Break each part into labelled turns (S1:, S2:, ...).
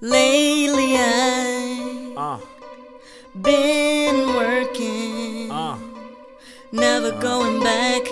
S1: Lately I've
S2: Uh,
S1: been working,
S2: uh.
S1: never
S2: Ah.
S1: going back.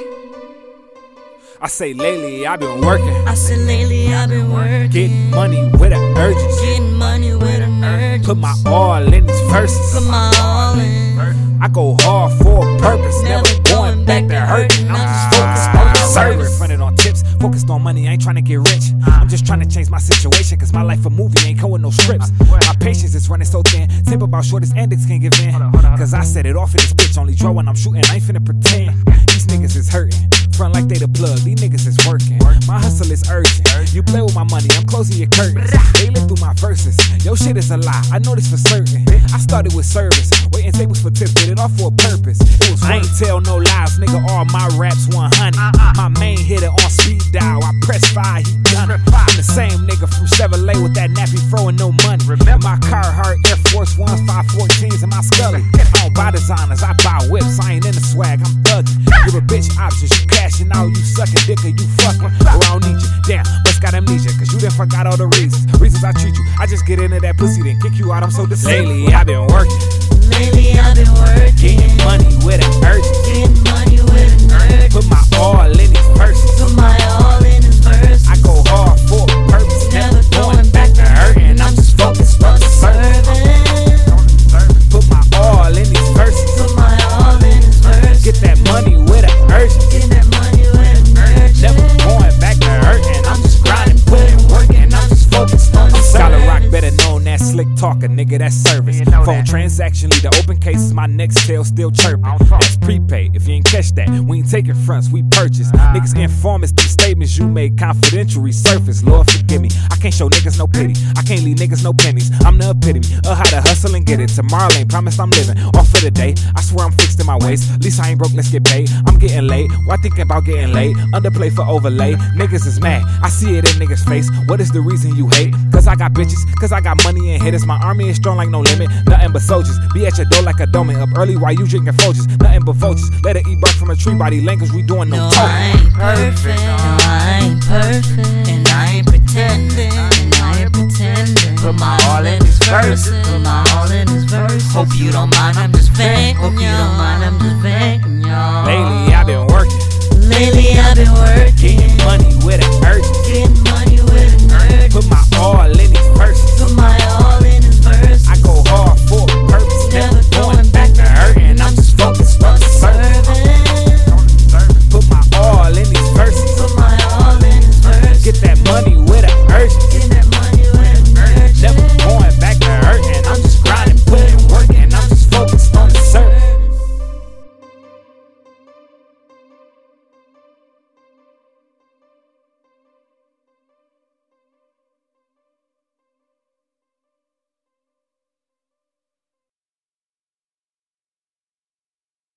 S2: I say lately I've been working,
S1: I said lately I've been working,
S2: getting money with an urgency.
S1: getting money with an urge.
S2: Put my all in these verses.
S1: Put my all in,
S2: I go hard for a purpose, never going back to hurting. I'm just focused on the service. Funded on tips, focused on money, I ain't tryna get rich. I'm just tryna change my situation, cause my life a movie ain't going no strips. My patience is running so thin, tip about shortest antics can't give in. Cause I set it off in this bitch, only draw when I'm shooting, I ain't finna pretend. These niggas is hurting. Front like they the plug, these niggas is working. My hustle is urgent. You play with my money, I'm closing your curtains. They live through my verses. Yo, shit is a lie, I know this for certain. I started with service, waiting tables for tips, did it all for a purpose. It was I ain't tell no lies, nigga, all my raps 100. My main hitter on speed dial, I press five, he done it. I'm the same nigga from Chevrolet with that nappy fro and no money. Remember my Carhartt Air Force One 514s and my Scully. I don't buy designers, I buy whips. I ain't in the swag, I'm thugging. You're a bitch options, you cashing out, you sucking dick or you fucking. Or I don't need you. Damn, must got amnesia, cause you done forgot all the reasons. Reasons I treat you, I just get into that pussy, then kick you out, I'm so deceived. Lately, I've been working,
S1: lately I've been
S2: getting
S1: working,
S2: money with an urgency.
S1: getting money with an urge.
S2: Put my all in these purses.
S1: Put my all in and verse.
S2: I go hard for a purpose, never going back to hurting. I'm just focused on the service.
S1: serving.
S2: Put my all in these verses.
S1: Put my all in and verse.
S2: Get that money with an urgency.
S1: Get that money with an
S2: Never
S1: urge.
S2: going back to hurting. I'm just grinding, putting work, and I'm just focused on the Scholar Rock better known as slick talker, nigga. That's service.
S3: Yeah, you know
S2: Phone
S3: that.
S2: transaction lead to open cases. My next tail still chirping.
S3: On phone.
S2: That's prepaid. If you ain't catch that, we ain't taking fronts, we purchase. Niggas informants, these statements you made confidential resurface. Lord forgive me. I can't show niggas no pity. I can't leave niggas no pennies. I'm the epitome of how to hustle and get it. Tomorrow ain't promised I'm living. Off for the day. I swear I'm fixed in my ways. At least I ain't broke, let's get paid. I'm getting late. Why thinking about getting late? Underplay for overlay. Niggas is mad. I see it in niggas' face. What is the reason you hate? Cause I got bitches, cause I got money and hitters. My army is strong like no limit. Nothing but soldiers. Be at your door like a doorman. Up early while you drinking Folgers. Nothing but vultures. Let it eat bark from a tree body language. We doing no,
S1: No,
S2: talking.
S1: I ain't perfect. No, I ain't perfect. And I ain't pretending. And I ain't pretending. Put my all in these verses. Put my all in these verses. Hope you don't mind, I'm just faking. Hope you don't mind, I'm just faking, y'all.
S2: Lately I've been working.
S1: Lately I've been working.
S2: Getting money with an urgency.